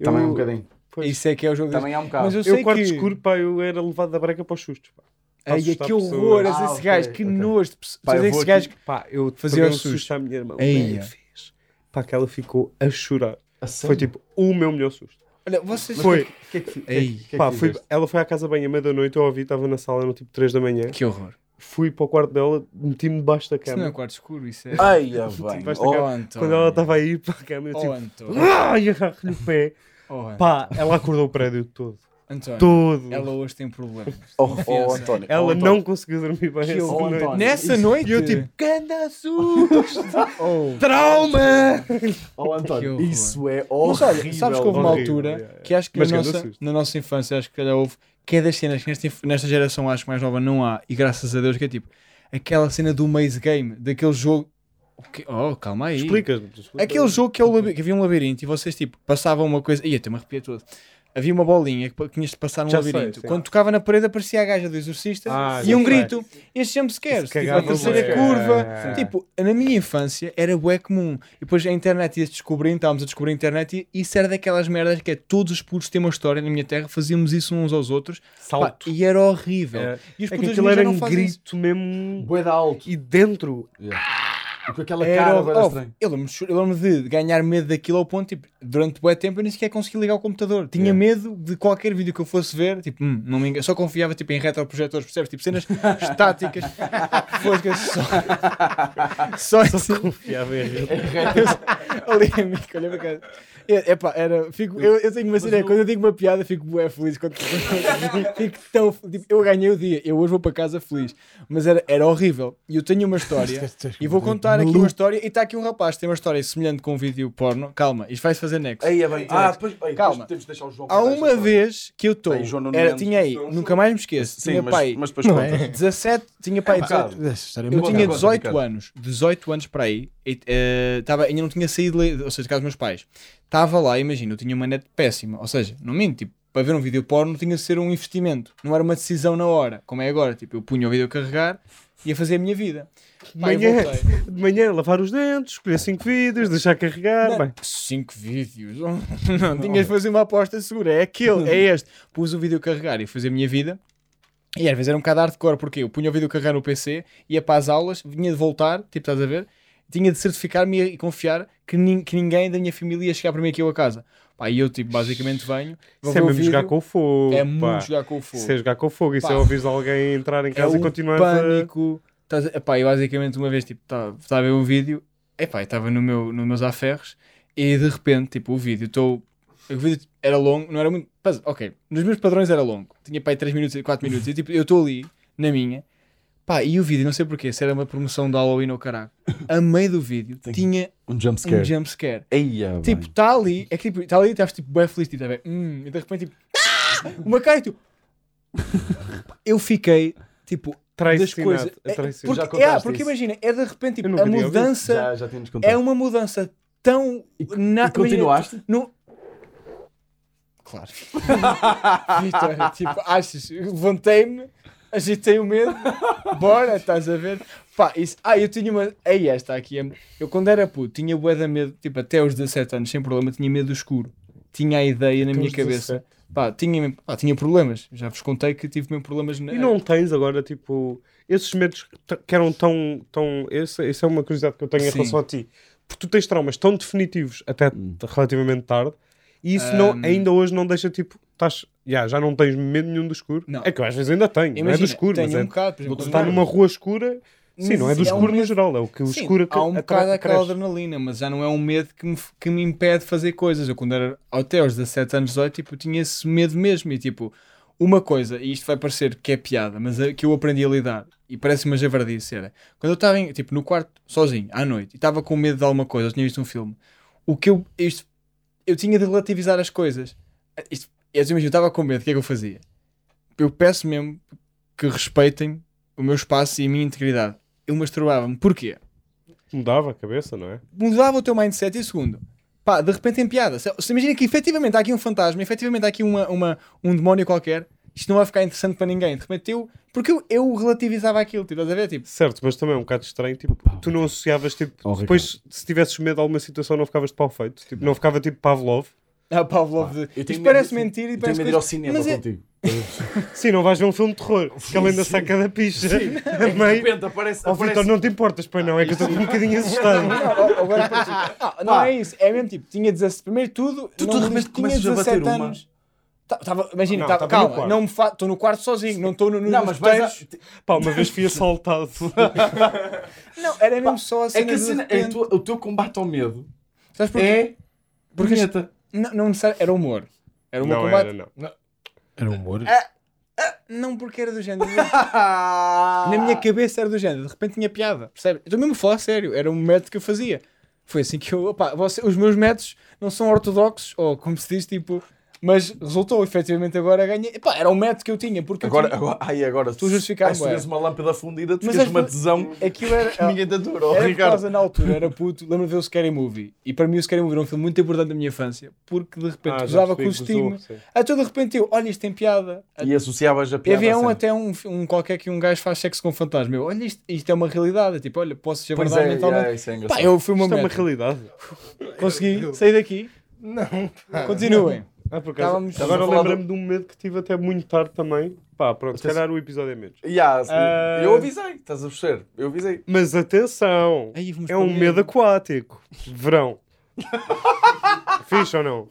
S2: Eu-
S3: Também um bocadinho.
S2: Pois.
S1: Isso é que é o jogo do
S3: Também há um bocado.
S1: Mas eu
S2: Eu,
S1: sei
S2: quarto
S1: que...
S2: escuro, pá, eu era levado da breca para os sustos, pá. Para
S1: Ai,
S2: assustar
S1: que
S2: pessoas.
S1: horror,
S3: Ah,
S1: esses
S3: ok,
S1: gajos, que
S3: ok.
S1: nojo de pessoas.
S3: Pá, eu vou
S1: esses
S3: aqui-
S1: gajos que-
S2: Pá, eu
S1: Fazia
S2: fazia um
S1: o
S2: susto.
S1: susto
S2: à minha irmã.
S1: Ei,
S2: Bem
S1: é.
S2: fez. Pá, que ela ficou a chorar.
S3: A
S2: Foi
S3: sério?
S2: tipo o meu melhor susto.
S1: Olha, vocês.
S2: Foi,
S3: O que é que fi- o que é que-
S1: Ei.
S3: o que é que
S2: pá, foi,
S3: fizeste?
S2: ela foi à casa bem à meia-noite, eu ouvi, estava na sala, eram tipo 3 da manhã.
S1: Que horror.
S2: Fui para o quarto dela, meti-me debaixo da
S1: Isso não é
S2: cama.
S1: quarto escuro, isso é.
S3: Ai, é bem.
S2: Vais
S3: Oh,
S1: Oh,
S2: tacar-
S1: António.
S2: Quando ela estava aí para a cama, eu
S1: Oh,
S2: tipo...
S1: António.
S2: Ah, e agarro-lhe o pé.
S1: Oh, António.
S2: Pá, ela acordou o prédio todo.
S1: António,
S2: Todo.
S1: Ela hoje tem problemas.
S3: oh, oh,
S1: Confiança.
S3: António.
S2: Ela
S3: oh, António.
S2: não conseguiu dormir bem essa
S3: horror,
S2: noite.
S3: António.
S1: Nessa noite.
S2: E eu tipo, ganda susto!
S1: Oh.
S2: Trauma!
S3: Oh, António,
S1: Que horror.
S3: Isso é
S1: Mas
S3: horrível.
S1: olha, sabes que houve uma
S2: horrível,
S1: altura
S2: yeah, yeah.
S1: que acho que na
S2: Mas grande
S1: nossa,
S2: susto.
S1: na nossa infância, acho que calhar houve, que é das cenas que nesta, inf- nesta geração acho que mais nova não há, e graças a Deus que é tipo aquela cena do Maze Game, daquele jogo O quê? Oh, calma aí.
S2: Explicas. explicas.
S1: Aquele jogo que, é o labi- que havia um labirinto e vocês tipo passavam uma coisa. Ia, até me arrepia todo. Havia uma bolinha que pa- tinhas de passar num
S2: Já sei,
S1: labirinto.
S2: sim.
S1: Quando tocava na parede aparecia a gaja do exorcista
S2: Ah,
S1: e
S2: já
S1: um
S2: sei.
S1: grito. Estes jumpscares.
S2: Isso
S1: Tipo, a
S2: cagava
S1: terceira
S2: bué.
S1: curva.
S2: É.
S1: Tipo, na minha infância era bué comum. E depois a internet ia-se descobrindo, estávamos a descobrir a internet e isso era daquelas merdas que é todos os putos têm uma história na minha terra, fazíamos isso uns aos outros. Pá,
S2: Salto.
S1: e era horrível.
S2: É.
S1: E os
S2: É que
S1: putos
S2: aquilo
S1: hoje já
S2: era
S1: não
S2: um
S1: fazem
S2: grito
S1: isso.
S2: mesmo.
S3: Boeda alto.
S2: E dentro.
S3: E com aquela
S1: Era
S3: cara,
S1: hor-
S3: boeda
S1: oh,
S3: estranha.
S1: eu lembro-me de- eu lembro-me de ganhar medo daquilo ao ponto, tipo, durante bué tempo eu nem sequer consegui ligar o computador. Tinha medo de qualquer vídeo que eu fosse ver, tipo, hum, não me engano, só confiava tipo, em retroprojetores, percebes? Tipo, cenas estáticas, foscas, só, só, esse-
S2: Confiava em
S1: ali a mim, olha para casa. É, epá, era, fico, eu, eu tenho uma cena, quando eu digo uma piada, fico bué feliz. Quando, fico tão, tipo, eu ganhei o dia, eu hoje vou para casa feliz. Mas era, era horrível. E eu tenho uma história, e vou contar aqui uma história. E está aqui um rapaz que tem uma história semelhante com um vídeo porno. Calma, isto vai-se fazer nexo.
S3: Aí é bem. Ah, depois, aí,
S1: Calma.
S3: depois temos de deixar o João
S1: Há
S3: contar esta
S1: uma
S3: história.
S1: vez que eu estou,
S3: Aí, João, não me lembro.
S1: tinha aí, nunca mais me esqueço,
S3: Sim,
S1: tinha
S3: mas,
S1: pai
S3: mas depois
S4: Não
S3: conta.
S4: é?
S1: 17, tinha pai
S3: bocado.
S1: 18,
S4: Essa história é
S1: eu
S4: muito
S1: tinha
S3: conta,
S1: 18
S3: Ricardo.
S1: anos, 18 anos para aí, e, eh, tava, ainda não tinha saído, de- ou seja, de casa dos meus pais. Estava lá, imagina, eu tinha uma net péssima, ou seja, não minto, tipo, para ver um vídeo porno tinha de ser um investimento, não era uma decisão na hora, como é agora, tipo, eu punha o vídeo a carregar e ia fazer a minha vida. Pá, eu
S2: Manhã.
S1: voltei.
S2: De manhã, lavar os dentes, escolher 5 vídeos, deixar carregar.
S1: Não,
S2: Bem,
S1: Cinco vídeos. Não, tinhas de fazer uma aposta segura. É aquele, é este. Pus o vídeo a carregar e fui fazer a minha vida. E às vezes era um bocado hardcore, porque eu punha o vídeo a carregar no PC, ia para as aulas, vinha de voltar, tipo, estás a ver? Tinha de certificar-me e confiar que, nin- que ninguém da minha família ia chegar primeiro que eu a casa. Pá, e eu, tipo, basicamente venho. vou
S2: isso é
S1: ver o
S2: mesmo jogar
S1: vídeo,
S2: com o fogo.
S1: É
S2: pá.
S1: muito jogar com o fogo.
S2: Isso é jogar com fogo. Isso
S1: Pá.
S2: é ouvir alguém entrar em
S1: É
S2: casa
S1: o
S2: e continuar a.
S1: pânico. Estás a- epá, eu basicamente uma vez tipo estava a ver um vídeo, epá, eu estava no meu, nos meus aferros e de repente tipo o vídeo, estou o vídeo era longo, não era muito, mas, ok, nos meus padrões era longo, tinha pá 3 minutos, 4 minutos e tipo eu estou ali na minha, pá, e o vídeo, não sei porquê, se era uma promoção de Halloween ou caralho, a meio do vídeo
S3: Tem
S1: tinha
S3: Um
S1: um
S3: jumpscare.
S1: jumpscare.
S3: Aí é
S1: Tipo,
S3: bem.
S1: está ali, é que tipo, está ali e estás tipo bem feliz, tipo, tá bem, hum, e de repente tipo, "Ah!" uma cara e tu. Eu fiquei tipo, das coisas.
S2: Traicionado.
S1: É,
S2: Traicionado.
S3: Já
S1: porque,
S3: contaste
S1: é, porque
S3: isso.
S1: imagina, é de repente tipo, a
S2: Eu nunca tinha ouvido.
S1: mudança
S3: Já, já tínhamos contado.
S1: é uma mudança tão
S3: E-
S1: na-
S3: E continuaste?
S1: Não... Claro. Vitória, tipo, achas, levantei-me, agitei o medo, bora, estás a ver? Pá, isso, ah, eu tinha uma, aí esta aqui, é- eu quando era puto, tinha bué de medo, tipo, até aos 17 anos, sem problema, tinha medo do escuro. Tinha a ideia na
S2: Até
S1: minha
S2: aos
S1: cabeça. Pá, tinha, mesmo- pá, tinha problemas. Já vos contei que tive mesmo problemas na...
S2: E não é tens agora, tipo, esses medos que t- que eram tão. tão esse- essa é uma curiosidade que eu tenho em
S1: Sim. Hum.
S2: relação a ti. Porque tu tens traumas tão definitivos até t- relativamente tarde e isso não,
S1: Ahm.
S2: ainda hoje não deixa, tipo, estás. já já não tens medo nenhum do escuro.
S1: Não.
S2: É que eu às vezes ainda tenho. não é do
S1: Imagina,
S2: escuro,
S1: tenho
S2: mas
S1: um
S2: é.
S1: bocado, por exemplo,
S2: Tu
S1: quando
S2: está
S1: era-
S2: numa rua escura. Sim,
S1: Mas
S2: não é do
S1: isso é um
S2: escuro no
S1: medo.
S2: geral, é o que o
S1: Sim,
S2: escuro é que
S1: há um
S2: atra-
S1: bocado aquela
S2: cresce.
S1: adrenalina, mas já não é um medo que me, f- que me impede de fazer coisas. Eu quando era até aos 17 anos, 18, tipo, tinha esse medo mesmo. E tipo, uma coisa, e isto vai parecer que é piada, mas é que eu aprendi a lidar, e parece uma javardice, era, quando eu estava em- tipo, no quarto, sozinho, à noite, e estava com medo de alguma coisa, eu tinha visto um filme, o que eu, isto, eu tinha de relativizar as coisas. Ah, Isto, eu imagino, eu estava com medo, o que é que eu fazia? Eu peço mesmo que respeitem o meu espaço e a minha integridade. Eu masturbava-me. Porquê?
S2: Mudava a cabeça, não é?
S1: mudava o teu mindset e segundo, pá, de repente tem piada. Se, se imagina que efetivamente há aqui um fantasma, efetivamente há aqui uma, uma, um demónio qualquer, isto não vai ficar interessante para ninguém. De repente eu, porque eu, eu relativizava aquilo, tipo, estás a ver? Tipo,
S2: Certo, mas também é um bocado estranho. Tipo, tu não associavas, tipo,
S3: Oh, Ricardo.
S2: depois, se tivesses medo de alguma situação, não ficavas de pau feito. Tipo, não ficava tipo Pavlov.
S1: ah, Pavlov, de,
S3: Eu tenho
S1: isto parece
S3: medo-
S1: mentira e
S3: Eu tenho
S1: parece
S3: medo de ir ao
S1: coisa-
S3: cinema
S1: mas é-
S3: contigo.
S2: Sim, não vais ver um filme de terror, que ele ainda saca da picha. A
S3: De
S2: mãe,
S3: repente aparece.
S2: ó Vitor, não te importas, pois não, é que eu estou um bocadinho assustado.
S1: Não, agora- Ah, não é isso, é mesmo tipo, tinha 17, primeiro tudo,
S3: Tu,
S1: não
S3: tu de
S1: me-
S3: repente
S1: tinha
S3: começas a bater
S1: 17
S3: uma.
S1: anos. Ta- Tava, imagina,
S2: Não,
S1: tava-
S2: tava no
S1: calma,
S2: quarto.
S1: não me fa... estou no quarto sozinho, não estou no, no,
S3: Não,
S1: nos
S3: mas vais
S1: teiros.
S3: a-
S2: Pá, uma vez fui assaltado.
S1: Não, era mesmo só a
S3: É
S1: cena
S3: que a
S1: de
S3: cena, é a
S1: repente.
S3: tua- o teu combate ao medo
S1: Sabes porquê?
S3: é.
S1: Porque-
S3: punheta.
S1: Não, não necessari- era humor. Era humor
S2: Não
S1: combate.
S2: era, não.
S4: Era humor.
S3: É,
S1: Não, porque era do género. Na minha cabeça era do género, de repente tinha piada, percebe? Eu Estou mesmo a falar sério, era um método que eu fazia. Foi assim que eu. opá, você- os meus métodos não são ortodoxos, ou como se diz, tipo. Mas resultou efetivamente agora ganhei. Epá, era o método que eu tinha, porque eu
S3: Agora,
S1: tinha-
S3: agora, ai, agora.
S1: Tu justificas,
S3: ai, se
S1: bué.
S3: vês uma lâmpada fundida, tu
S1: Mas
S3: ficas
S1: é-
S3: uma tesão
S1: aquilo era.
S3: que
S2: tá
S3: ninguém te atura. Oh,
S1: Era por
S3: Ricardo.
S1: causa na altura, era puto, lembro-me de ver o Scary Movie. E para mim o Scary Movie era um filme muito importante da minha infância, porque de repente
S2: Ah, já
S1: gozava com o
S2: percebi,
S1: estigma.
S2: gozou, sim.
S1: Até de repente eu, olha, isto tem piada.
S3: E associavas a
S1: E
S3: piada.
S1: havia
S3: à
S1: um
S3: cena.
S1: até um, um qualquer que um gajo faz sexo com um fantasma. Eu, olha, isto, isto é uma realidade. é Tipo, olha, posso ser
S3: Pois
S1: verdade
S3: é,
S1: mentalmente.
S3: é, isso é
S1: Pá,
S3: engraçado.
S1: eu fui uma
S2: Isto é uma
S1: merda.
S2: realidade.
S1: Consegui sair daqui.
S4: Não.
S1: Continuem.
S2: Ah, por acaso,
S1: Estávamos-
S2: agora
S3: Estamos a falar
S2: lembra-me de um medo que tive até muito tarde também. Pá, pronto, se
S3: Atenção.
S2: calhar o episódio é menos.
S3: Yeah, se-
S1: Eh,
S2: Ah.
S3: Eu avisei, estás a perceber? Eu avisei.
S2: Mas atenção,
S1: Aí vamos
S2: é
S1: para o
S2: um
S1: medo.
S2: medo aquático. Verão. Fixe ou não?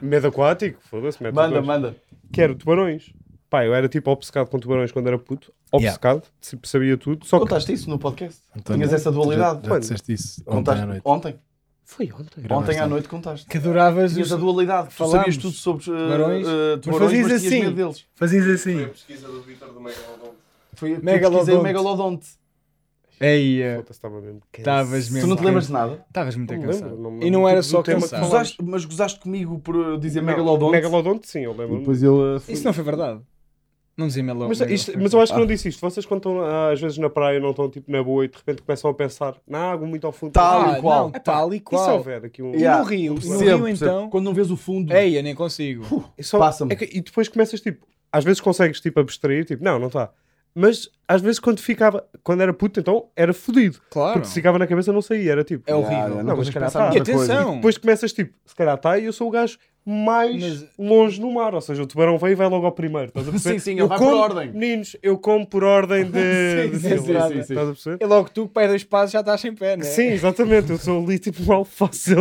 S2: Medo aquático? Foda-se,
S1: É
S2: medo
S3: Manda,
S2: aquático.
S3: manda.
S2: Quero tubarões. Pá, eu era tipo obcecado com tubarões quando era puto. Obcecado, tipo, sabia tudo. Só que
S3: Contaste isso no podcast?
S4: António,
S3: Tinhas essa dualidade?
S4: Já, já
S2: Quando?
S4: disseste isso ontem
S3: Contaste
S4: à noite.
S3: ontem?
S2: foi ontem.
S3: Ontem à noite contaste.
S1: Que adoravas.
S3: Tinhas a
S1: os-
S3: dualidade. Tu
S1: Falámos.
S3: sabias tudo sobre eh,
S1: Tubarões.
S3: eh,
S1: Mas
S3: tubarões,
S1: fazias
S3: mas tinhas
S1: assim.
S3: medo deles.
S1: Fazias assim.
S6: pesquisa do Vitor do Megalodon.
S3: Foi eu
S1: Megalodonte.
S3: pesquisei o "É megalodonte.
S1: Aí,
S2: Foda-se, estava mesmo.
S1: estavas
S3: Tu
S1: eh, mesmo. Tá.
S3: não te lembras de nada?
S1: Estavas muito
S2: Não me
S1: cansado.
S2: lembro, não me
S1: E não
S2: lembro tipo,
S1: era
S2: do
S1: só
S2: tema que
S1: cansado.
S2: falámos.
S3: Gozaste- mas gozaste comigo por eh, dizer
S2: Não,
S3: megalodonte?
S2: Megalodonte, sim, eu
S3: E
S2: lembro.
S3: depois eu... eh, fui-
S1: Isso não foi verdade. Não dizia melão.
S2: Mas, isto- mas eu acho que não disse isto. Vocês quando estão ah, às vezes na praia não estão tipo na boa e de repente começam a pensar na água muito ao fundo.
S3: Tal
S2: Ah,
S3: e qual.
S1: Não, é tal e
S2: E se
S1: qual.
S2: houver aqui um...
S1: E
S3: Yeah.
S1: no Rio? No
S3: Percebo,
S1: Rio
S3: percebo.
S1: então.
S3: Quando não vês o fundo...
S1: Ei, eu nem consigo.
S2: E só-
S3: Passa-me.
S2: é que- e depois começas tipo... Às vezes consegues tipo abstrair, tipo não, não está. Mas às vezes quando ficava... Quando era puto então era fodido.
S1: Claro.
S2: Porque se ficava na cabeça não saía, era tipo...
S1: É
S3: Ah,
S1: horrível.
S3: eu
S2: Não, mas
S3: consigo
S2: calhar
S3: pensar
S2: tá.
S1: E
S3: noutra coisa.
S1: atenção.
S2: Depois começas tipo, se calhar está e eu sou o gajo mais
S1: Mas-
S2: longe no mar. Ou seja, o tubarão vem e vai logo ao primeiro. Estás a perceber?
S3: Sim, sim, ele
S2: eu
S3: vai
S2: como,
S3: por ordem.
S2: Meninos, eu como por ordem de...
S1: Sim,
S2: de
S1: sim, sim,
S2: filtrada.
S1: sim,
S3: sim.
S2: Estás a perceber?
S1: E logo tu, que perde dois passos, já estás sem pé, né?
S2: Sim, exatamente. Eu sou ali tipo um alface.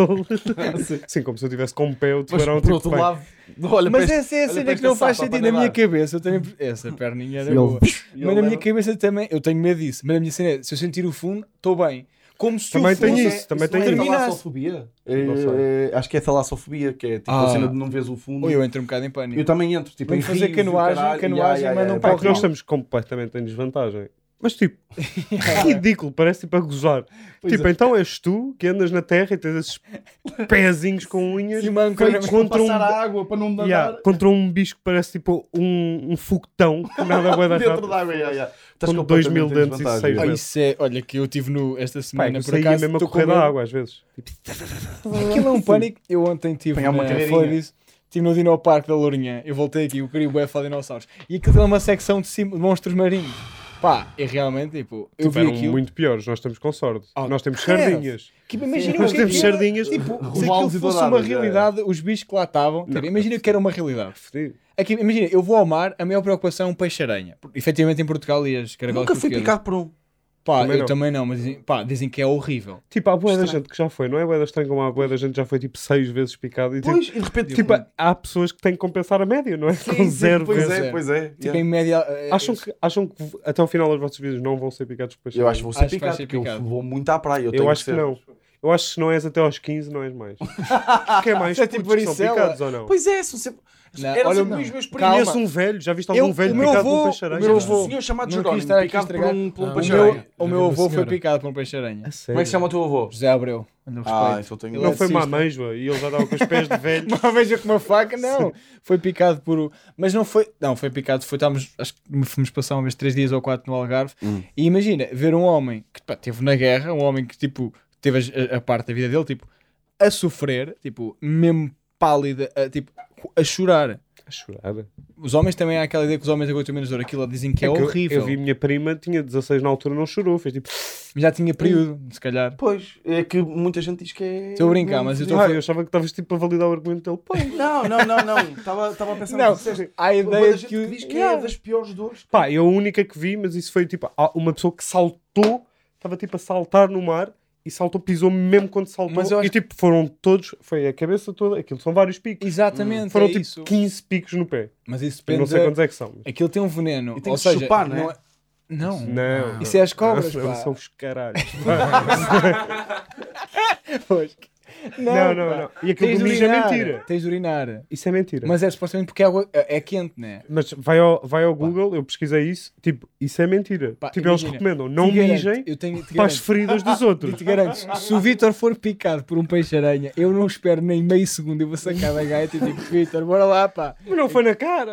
S2: Sim, como se eu tivesse com um pé o
S3: Mas
S2: tubarão.
S3: por
S2: tipo,
S3: outro
S2: bem.
S3: lado... Olha,
S1: Mas
S3: para
S1: essa
S3: este-
S1: é a
S3: olha
S1: cena
S3: para
S1: que
S3: esta
S1: não faz
S3: sapa
S1: sentido
S3: para
S1: na minha
S3: nadar.
S1: cabeça. Eu também... Essa perninha era
S3: Ele-
S1: boa.
S3: ele
S1: Mas na minha
S3: leva-
S1: cabeça também, eu tenho medo disso. Mas na minha cena é, se eu sentir o fundo, estou bem. Como se
S2: Também
S1: o fundo...
S2: tenho
S3: Mas
S2: isso, também tem
S3: não
S1: isso.
S3: talassofobia?
S2: Não sei.
S3: É, é, acho que é talassofobia, que é tipo
S1: Ah.
S3: a cena de não vês o fundo.
S1: Ou
S3: eu...
S1: eu entro um bocado em pânico.
S3: também entro, tipo,
S1: Vamos
S3: em
S1: fazer
S3: rios e o
S1: canoagem,
S3: caralho,
S1: canoagem,
S3: ya, ya,
S1: mandam
S3: ya,
S1: para
S2: Pá,
S1: o
S3: ya,
S2: que nós
S1: Não.
S2: estamos completamente em desvantagem. Mas tipo, ridículo, parece tipo a gozar.
S1: é.
S2: tipo, então és tu que andas na terra e tens esses pezinhos com unhas
S1: E uma âncora
S2: feitos contra um,
S3: Passar a água para não nadar
S2: Yeah, contra um bicho que parece tipo um, um foguetão que nada vai dar
S3: dentro da
S2: rápido.
S3: água. ya, ya. Estás
S2: Com dois mil
S3: completamente em
S2: dentes e
S3: desvantagem.
S2: seis
S1: Ah,
S2: meses.
S1: isso é... Olha, que eu tive no... esta
S2: Pá,
S1: semana,
S2: eu
S1: por
S2: saía
S1: acaso...
S2: mesmo a
S1: estou com
S2: correr da
S1: medo.
S2: água às vezes. Tipo,
S1: Aquilo é um pânico. Eu ontem tive eh,
S3: Apanhar uma
S1: na
S3: cadeirinha.
S1: Flores, estive no Dino Parque da Lourinhã. Eu voltei aqui, eu queria o bué falar de dinossauros. E aquilo é uma secção de, sim- de monstros marinhos. Pá, é realmente, tipo, eu vi
S2: eram
S1: aquilo.
S2: muito piores, nós estamos com sorte.
S1: Oh,
S2: nós temos
S1: credo.
S2: sardinhas.
S1: Que, imagina
S2: Nós
S1: o que é
S2: temos
S1: que era,
S2: sardinhas.
S1: Tipo, se aquilo
S3: Romanos e
S1: fosse uma
S3: dourados, já.
S1: realidade, os bichos que lá estavam. Tipo, imagina que era uma realidade.
S2: Fodido.
S1: Aqui, imagina, eu vou ao mar, a maior preocupação é um peixe-aranha. Porque, Efetivamente em Portugal e as caragolas
S3: Nunca fui
S1: portuguesas.
S3: picado por um.
S1: Pá,
S2: Também
S1: eu
S2: não.
S1: também não, mas dizem, pá, dizem que é horrível.
S2: Tipo, há boa da gente que já foi, não é boa da estranha como há boa da gente que já foi tipo seis vezes picado. E, tipo,
S3: Pois, e de repente...
S2: tipo, há pessoas que têm que compensar a média, não é?
S3: sim,
S2: com
S3: sim,
S2: zero
S3: Pois
S2: vezes.
S3: é, pois é.
S1: Tipo,
S3: ya.
S1: em média. eh,
S2: Acham, que, acham que v- até ao final dos vossos vídeos não vão ser picados depois?
S3: Eu acho que vou ser
S1: Acho que vai
S3: picado,
S1: ser
S3: porque eu
S1: picado.
S3: vou muito à praia. Eu,
S2: Eu
S3: tenho
S2: acho que,
S3: ser.
S2: não. Eu acho que se não és até aos 15, não és mais. Porque é mais
S1: Isso é tipo
S2: putos que são
S1: varicela.
S2: picados ou não?
S3: Pois é, se você...
S1: Não,
S3: Era
S1: olha,
S3: sempre
S1: não.
S3: os meus primos.
S1: Calma.
S2: Conheço um velho, já viste
S1: Eu-
S2: algum velho
S1: o meu
S2: picado por
S1: avô-
S2: um
S1: o
S2: peixe-aranha?
S1: meu
S3: Um
S1: avô-
S3: senhor chamado
S1: Não quis
S3: Jerónimo,
S1: estar aqui
S3: picado por
S1: estragar.
S3: um por um
S4: Ah,
S1: O
S4: Peixe-aranha.
S1: meu,
S3: peixe-aranha.
S1: o meu
S4: Grande
S1: avô foi
S4: senhora.
S1: picado por um peixe-aranha.
S3: Como é que se chama o teu avô?
S1: José Abreu. Olha o
S3: Ah,
S1: respeito.
S3: então tenho...
S1: Ele
S2: Não
S1: é
S2: foi uma
S1: assista.
S2: amêijoa e ele já estava com os pés de velho.
S1: Uma veja com uma faca, não. Foi picado por. o- Mas não foi. Não, foi picado. Foi, estávamos, acho que me fomos passar uma vez três dias ou quatro no Algarve.
S2: Hum.
S1: E imagina, ver um homem que pá, teve na guerra, um homem que tipo teve as- a, a parte da vida dele, tipo, a sofrer, tipo, mesmo pálida, a, tipo, a chorar.
S2: A chorar.
S1: Os homens também há aquela ideia que os homens aguentam menos dor. Aquilo dizem que é,
S2: que eu-
S1: horrível.
S2: Eu, vi minha prima, tinha 16 na altura, não chorou. Fez tipo,
S1: Mas já tinha período, se calhar.
S3: Pois, é que muita gente diz que é.
S1: Estou a brincar, mas eu estou a
S2: ah,
S1: falar-
S2: eu achava que estavas tipo a validar o argumento dele. Pá,
S3: Não, não, não, não. Estava estava a pensar
S1: Não,
S3: nisso. Disseste,
S1: há a
S3: "Houve
S1: ideia
S3: muita
S1: de
S3: gente
S1: que.
S3: que diz que é
S1: Yeah.
S3: das piores dores.
S2: Pá, eu a única que vi, mas isso foi tipo há uma pessoa que saltou, estava tipo a saltar no mar e saltou, pisou mesmo quando saltou.
S1: Mas eu acho-
S2: E tipo, foram todos, foi a cabeça toda, aquilo são vários picos.
S1: Exatamente,
S2: Foram
S1: é
S2: tipo
S1: isso.
S2: 15 picos no pé.
S1: Mas isso
S2: Eu
S1: depende.
S2: não sei
S1: da-
S2: quantos é que são. mas-
S1: Aquilo tem um veneno.
S3: E tem
S1: ou
S3: que
S1: seja,
S3: chupar, não é?
S1: Não. é
S2: Não.
S1: Isso é as cobras,
S2: Não,
S1: pá.
S2: São os caralhos.
S1: Pois.
S2: Não, não, não. E aquilo
S1: Tens
S2: do
S1: de
S2: mijo é
S1: urinar.
S2: mentira.
S1: Tens de urinar.
S2: Isso é mentira. Mas,
S1: Mas é supostamente porque a água é é quente, né?
S2: vai, ao, vai ao Google, eu pesquisei isso, tipo, isso é mentira.
S1: Pá,
S2: tipo, eles
S1: imagina,
S2: recomendam, não
S1: Te garanto,
S2: mijem
S1: Eu tenho, te
S2: para as
S1: garanto, Ah,
S2: feridas dos outros.
S1: te garanto, se o Vitor for picado por um peixe-aranha, eu não espero nem meio segundo, eu vou sacar da gaita e digo, Vitor, bora lá, pá.
S2: Mas não foi na cara.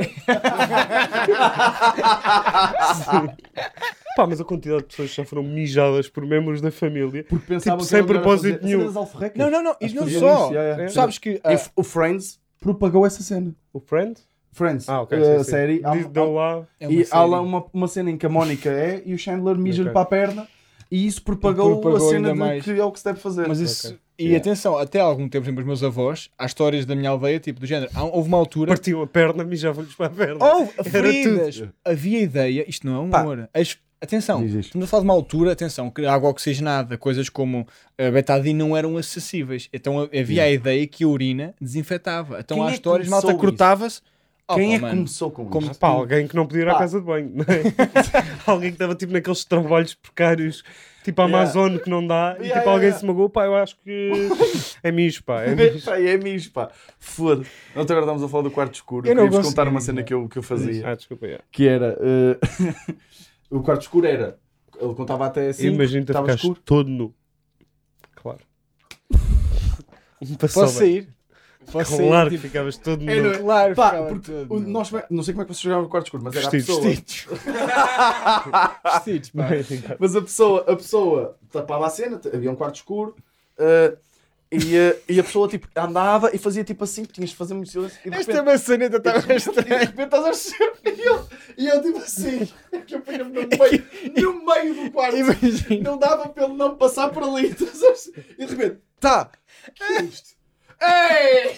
S2: Pá, mas a quantidade de pessoas que já foram mijadas por membros da família.
S3: Porque pensavam
S2: Tipo, sem
S3: era o melhor a
S2: propósito
S3: fazer.
S2: nenhum.
S3: Cenas alforrecas.
S1: Não, não, não,
S3: As
S1: e não
S3: pessoas
S1: só.
S3: dizem isso, yeah,
S1: Tu
S3: yeah.
S1: Sabes que... ah,
S3: E f- O Friends propagou essa cena.
S2: O Friend?
S3: Friends,
S2: Ah, ok.
S3: eh,
S2: sim, sim.
S3: série. Há- um-
S2: Diz- dão lá.
S1: é uma
S3: e há
S1: série.
S3: lá uma, uma cena em que a Mónica é e o Chandler mija-lhe
S2: Ok.
S3: para a perna e isso propagou,
S1: Propagou
S3: a cena
S1: ainda
S3: de
S1: mais.
S3: que é o que se deve fazer.
S1: Mas isso... E
S3: Yeah.
S1: atenção, até há algum tempo, por exemplo, os meus avós, há histórias da minha aldeia, tipo, do género, há- houve uma altura...
S2: Partiam a perna, mijavam-lhes para a perna.
S3: Oh!
S1: Houve
S2: Era
S1: feridas,
S3: tudo.
S1: havia ideia, isto não é um
S3: Pá.
S1: amor. As- atenção,
S3: Diz isto.
S1: estamos a falar de uma altura, atenção, que a água oxigenada, coisas como a betadine não eram acessíveis. Então havia a
S3: Hum.
S1: ideia que a urina desinfetava. Então
S3: Quem
S1: há
S3: é que
S1: histórias, malta
S3: começou
S1: cortava-se. Oh,
S3: Quem
S1: pá,
S3: é que
S1: mano,
S3: começou com
S1: como
S3: isto?
S2: Ah, Pá, alguém que não podia ir à
S3: Pá.
S2: casa de banho, não é? alguém que estava tipo naqueles trabalhos precários, tipo a
S3: Yeah.
S2: Amazon que não dá, e
S3: Yeah,
S2: tipo
S3: yeah,
S2: alguém
S3: yeah.
S2: se magoou, pá, eu acho que é mijo, pá, é mijo.
S3: Pá, é mijo, pá. Foda. Ontem agora estávamos a falar do quarto escuro.
S1: Eu não
S3: Queria-vos
S1: consigo,
S3: contar uma cena que eu, que eu fazia.
S2: Ah, desculpa, yeah.
S3: Que era. eh, o quarto escuro era. Ele contava até assim.
S2: Imagina-te a
S3: estava
S2: ficar
S3: escuro.
S2: todo nu. Claro. Um passava.
S1: Posso sair? Posso
S2: Claro que
S1: sair? tipo,
S2: ficavas todo nu.
S3: É, não é?
S1: claro,
S3: Pá,
S1: ficava
S3: porque
S1: tudo.
S3: o- nós, não sei como é que vocês jogavam no quarto escuro, mas era a
S2: Vestidos,
S3: pessoa.
S1: Vestidos, pá.
S3: Mas a pessoa, a pessoa tapava a cena, t- havia um quarto escuro. eh, e, eh, e a pessoa tipo, andava e fazia tipo assim, tinhas de fazer muito silêncio. E de repente-
S1: Esta é maçaneta estava
S3: E de
S1: estranha.
S3: repente estás a mexer e eu, e eu tipo assim, que eu punha-me no meio, no meio do quarto,
S1: Imagina.
S3: não dava para ele não passar por ali, estás a perceber? e de repente, tá, que é isto? Ei!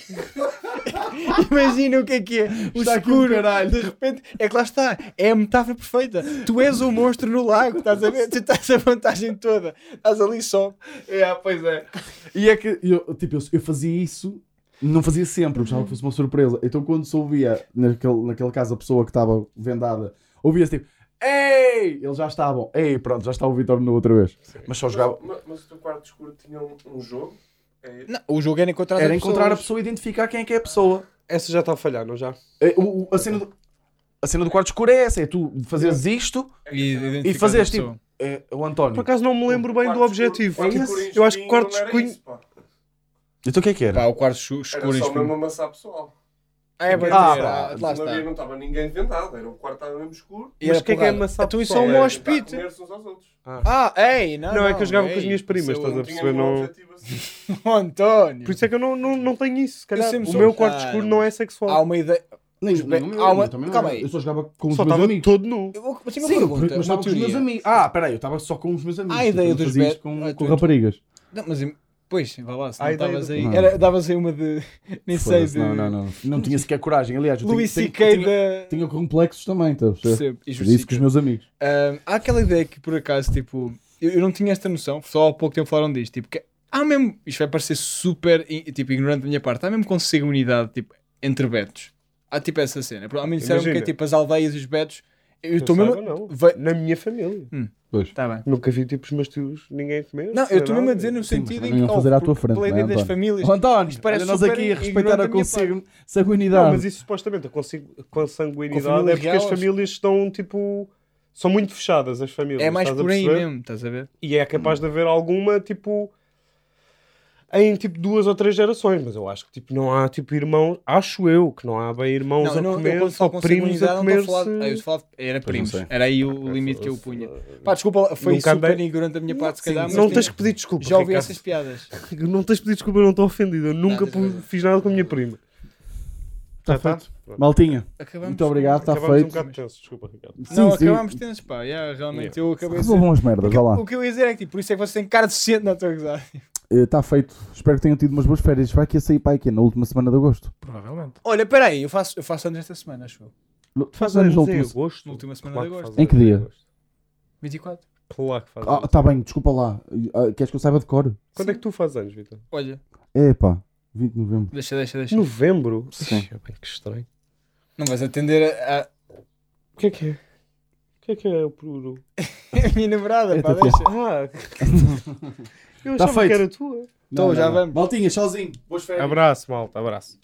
S1: Imagina o que é que é. O
S3: Está aqui um
S1: escuro, de repente, é que lá está. É a metáfora perfeita. Tu és o monstro no lago, estás a ver? Tu estás a vantagem toda. Estás ali só.
S3: É, pois é. E é que, eu, tipo, eu, eu fazia isso, não fazia sempre, eu gostava que fosse uma surpresa, então quando se ouvia, naquele, naquele caso, a pessoa que estava vendada, ouvia-se tipo, ei! Eles já estavam, ei, pronto, já está o Vitor nu outra vez. Mas só jogava...
S7: Mas, mas o teu quarto escuro tinha um, um jogo? É,
S1: Não, o jogo era encontrar
S3: Era
S1: as
S3: encontrar a
S1: pessoas.
S3: pessoa e identificar quem é que é a pessoa.
S2: Essa já está a falhar, não já?
S3: É, o- o- a, cena do, a cena do quarto escuro é essa: é tu fazeres isto
S1: E,
S3: e fazeres tipo. é, o António.
S2: Por acaso não me lembro bem do
S7: quarto
S2: objetivo.
S7: escuro-
S1: É
S2: Tipo,
S7: quarto escuro em
S2: Eu acho que
S7: espinho
S2: quartos
S7: não era
S2: escurinhos.
S7: isso, pá.
S3: Então o que é que
S1: Pá, o quarto escu-
S7: Era
S1: escuro.
S7: só
S1: escuro.
S7: mesmo amassar pessoal.
S1: Ah, é
S3: Ah,
S1: verdade.
S3: pá,
S1: lá
S7: não, havia,
S1: está.
S7: não estava ninguém vendado, era o quarto estava mesmo escuro.
S1: E era
S2: Mas o que é que é
S1: porrada.
S2: amassar
S1: Então isso é
S2: pessoal?
S1: um
S2: É,
S1: hóspede.
S7: Comer-se uns aos outros.
S1: Ah, ei, não.
S2: Não, é que eu jogava com
S1: ei,
S2: as minhas primas,
S1: isso é
S2: estás a
S1: outro.
S2: perceber?
S7: nenhum
S2: Não...
S7: objetivo assim.
S1: Oh, António.
S2: Por isso é que eu não, não, não tenho isso, se calhar.
S1: sempre
S2: O
S1: sou-
S2: meu quarto
S1: Ah,
S2: escuro
S1: não.
S2: não é sexual.
S1: Há uma ideia. Bem, há uma- calma aí.
S3: Eu só jogava com os
S2: Só
S3: meus
S2: estava
S3: amigos.
S2: todo nu.
S1: Eu vou- mas tenho
S3: Sim,
S1: uma
S3: mas
S1: pergunta,
S3: estava
S1: uma
S3: com os meus
S1: teoria.
S3: amigos. Ah, peraí, eu estava só com os meus amigos. tipo,
S1: Há a ideia
S3: Eu
S1: dos
S3: fazia isto
S1: bet-
S3: com,
S1: Ah,
S3: com
S1: tu-
S3: raparigas.
S1: Não, mas pois, vá lá, se
S2: Há
S1: não
S2: a ideia
S1: estavas
S2: do-
S1: aí.
S3: Não.
S1: Era- Davas aí uma de. Nem sei
S3: Foda-se,
S1: de.
S3: Não, não, não. Não tinha sequer coragem. Aliás, eu
S1: Louis
S3: tinha,
S1: C.K.
S3: tinha,
S1: da.
S3: tinha complexos também, estás a perceber?
S1: Percebo, e
S3: Por isso
S1: justifica.
S3: que os meus amigos.
S1: Ahm, há aquela ideia que por acaso, tipo, eu, eu não tinha esta noção, só há pouco tempo falaram disto, tipo, que há mesmo, isto vai parecer super, i- tipo, ignorante da minha parte, há mesmo consigo unidade, tipo, entre betos. Há tipo essa cena, Pronto, há me disseram que é
S2: Imagina.
S1: tipo as aldeias e os betos, eu
S2: Não
S1: estou mesmo...
S2: saiba, não.
S1: Vai-
S2: Na minha família.
S3: Pois.
S1: Tá bem.
S2: Nunca vi tipo os meus tios, ninguém comer.
S1: Não, eu estou mesmo a
S2: nada.
S1: dizer no sentido
S3: mas
S1: em
S3: não
S1: que...
S3: iam fazer à tua
S1: porque
S3: frente,
S1: pela
S3: não é,
S1: ideia das
S3: António?
S1: famílias...
S3: Ó, António,
S1: Isto parece
S3: olha nós
S1: super
S3: aqui a respeitar
S1: ignorante
S3: a
S1: da minha
S3: consigo-
S2: Não,
S3: consanguinidade.
S2: mas isso supostamente a consigo-
S1: Com a
S2: consanguinidade
S1: família
S2: é porque
S1: real,
S2: as famílias estão tipo. São muito fechadas as famílias.
S1: É mais
S2: estás a
S1: por aí
S2: perceber?
S1: mesmo, estás a ver?
S2: E é capaz de haver alguma tipo. Em tipo duas ou três gerações, mas eu acho que tipo, não há tipo irmãos, acho eu que não há bem irmãos
S1: Não, eu
S2: a
S1: não, eu
S2: comer,
S1: quando
S2: só
S1: falo consigo
S2: primos eh, a
S1: unidade, não estou
S2: comer.
S1: a falar... Ah, eu estou a falar- Era primos,
S3: sei.
S1: era aí o limite que eu punha. Pá, desculpa, foi
S2: Nunca
S1: super
S2: andei-
S1: ignorante da minha parte, se calhar, Ah, mas
S2: Não
S1: tem-
S2: tens que pedir desculpa.
S1: já ouvi
S2: Ricardo.
S1: essas piadas.
S2: Não tens de pedir desculpa, eu não estou ofendido. Eu nunca
S1: tens
S2: pu-
S1: razão.
S2: fiz nada com a minha prima.
S3: Está feito. Maltinha,
S1: Acabamos
S3: muito obrigado, está
S2: Acabámos um
S3: Tá feito.
S2: bocado tenso, desculpa, Ricardo.
S1: Não,
S3: Sim, sim.
S1: acabámos tensos, pá. Yeah, realmente, eu acabei de dizer...
S3: Resolvam as merdas, vá lá.
S1: O que eu ia dizer é que, tipo, por isso é que vocês têm cara de suficiente, não estou a gozar.
S3: Está Eh, tá feito. Espero que tenham tido umas boas férias. Vai que ia sair para aqui na última semana de agosto.
S4: Provavelmente.
S1: Olha, peraí, eu faço, eu faço anos esta semana, acho eu.
S3: Faz anos na última semana.
S2: agosto.
S1: Na última semana
S2: Claro
S1: de
S2: que
S1: agosto.
S2: faz
S3: Em que
S2: anos em
S3: dia?
S2: agosto.
S1: 24.
S2: Claro que faz
S3: Ah,
S2: anos.
S3: tá bem, desculpa lá. Ah, Queres que eu saiba de cor?
S2: Quando é que tu fazes anos, Vitor?
S1: Olha,
S3: É pá, 20 de novembro.
S1: deixa, deixa, deixa.
S2: Novembro?
S3: Sim.
S2: Ixi, bem, que estranho.
S1: Não vais atender a... a-
S2: O que é que é? O que é que é o Peruru?
S3: É a minha namorada, pá,
S1: Eita,
S3: deixa.
S2: Ah, eu achava
S1: feito.
S2: que era tua.
S3: Então, já vamos.
S1: Maltinha, sozinho. Boas férias.
S2: Abraço, malta, abraço.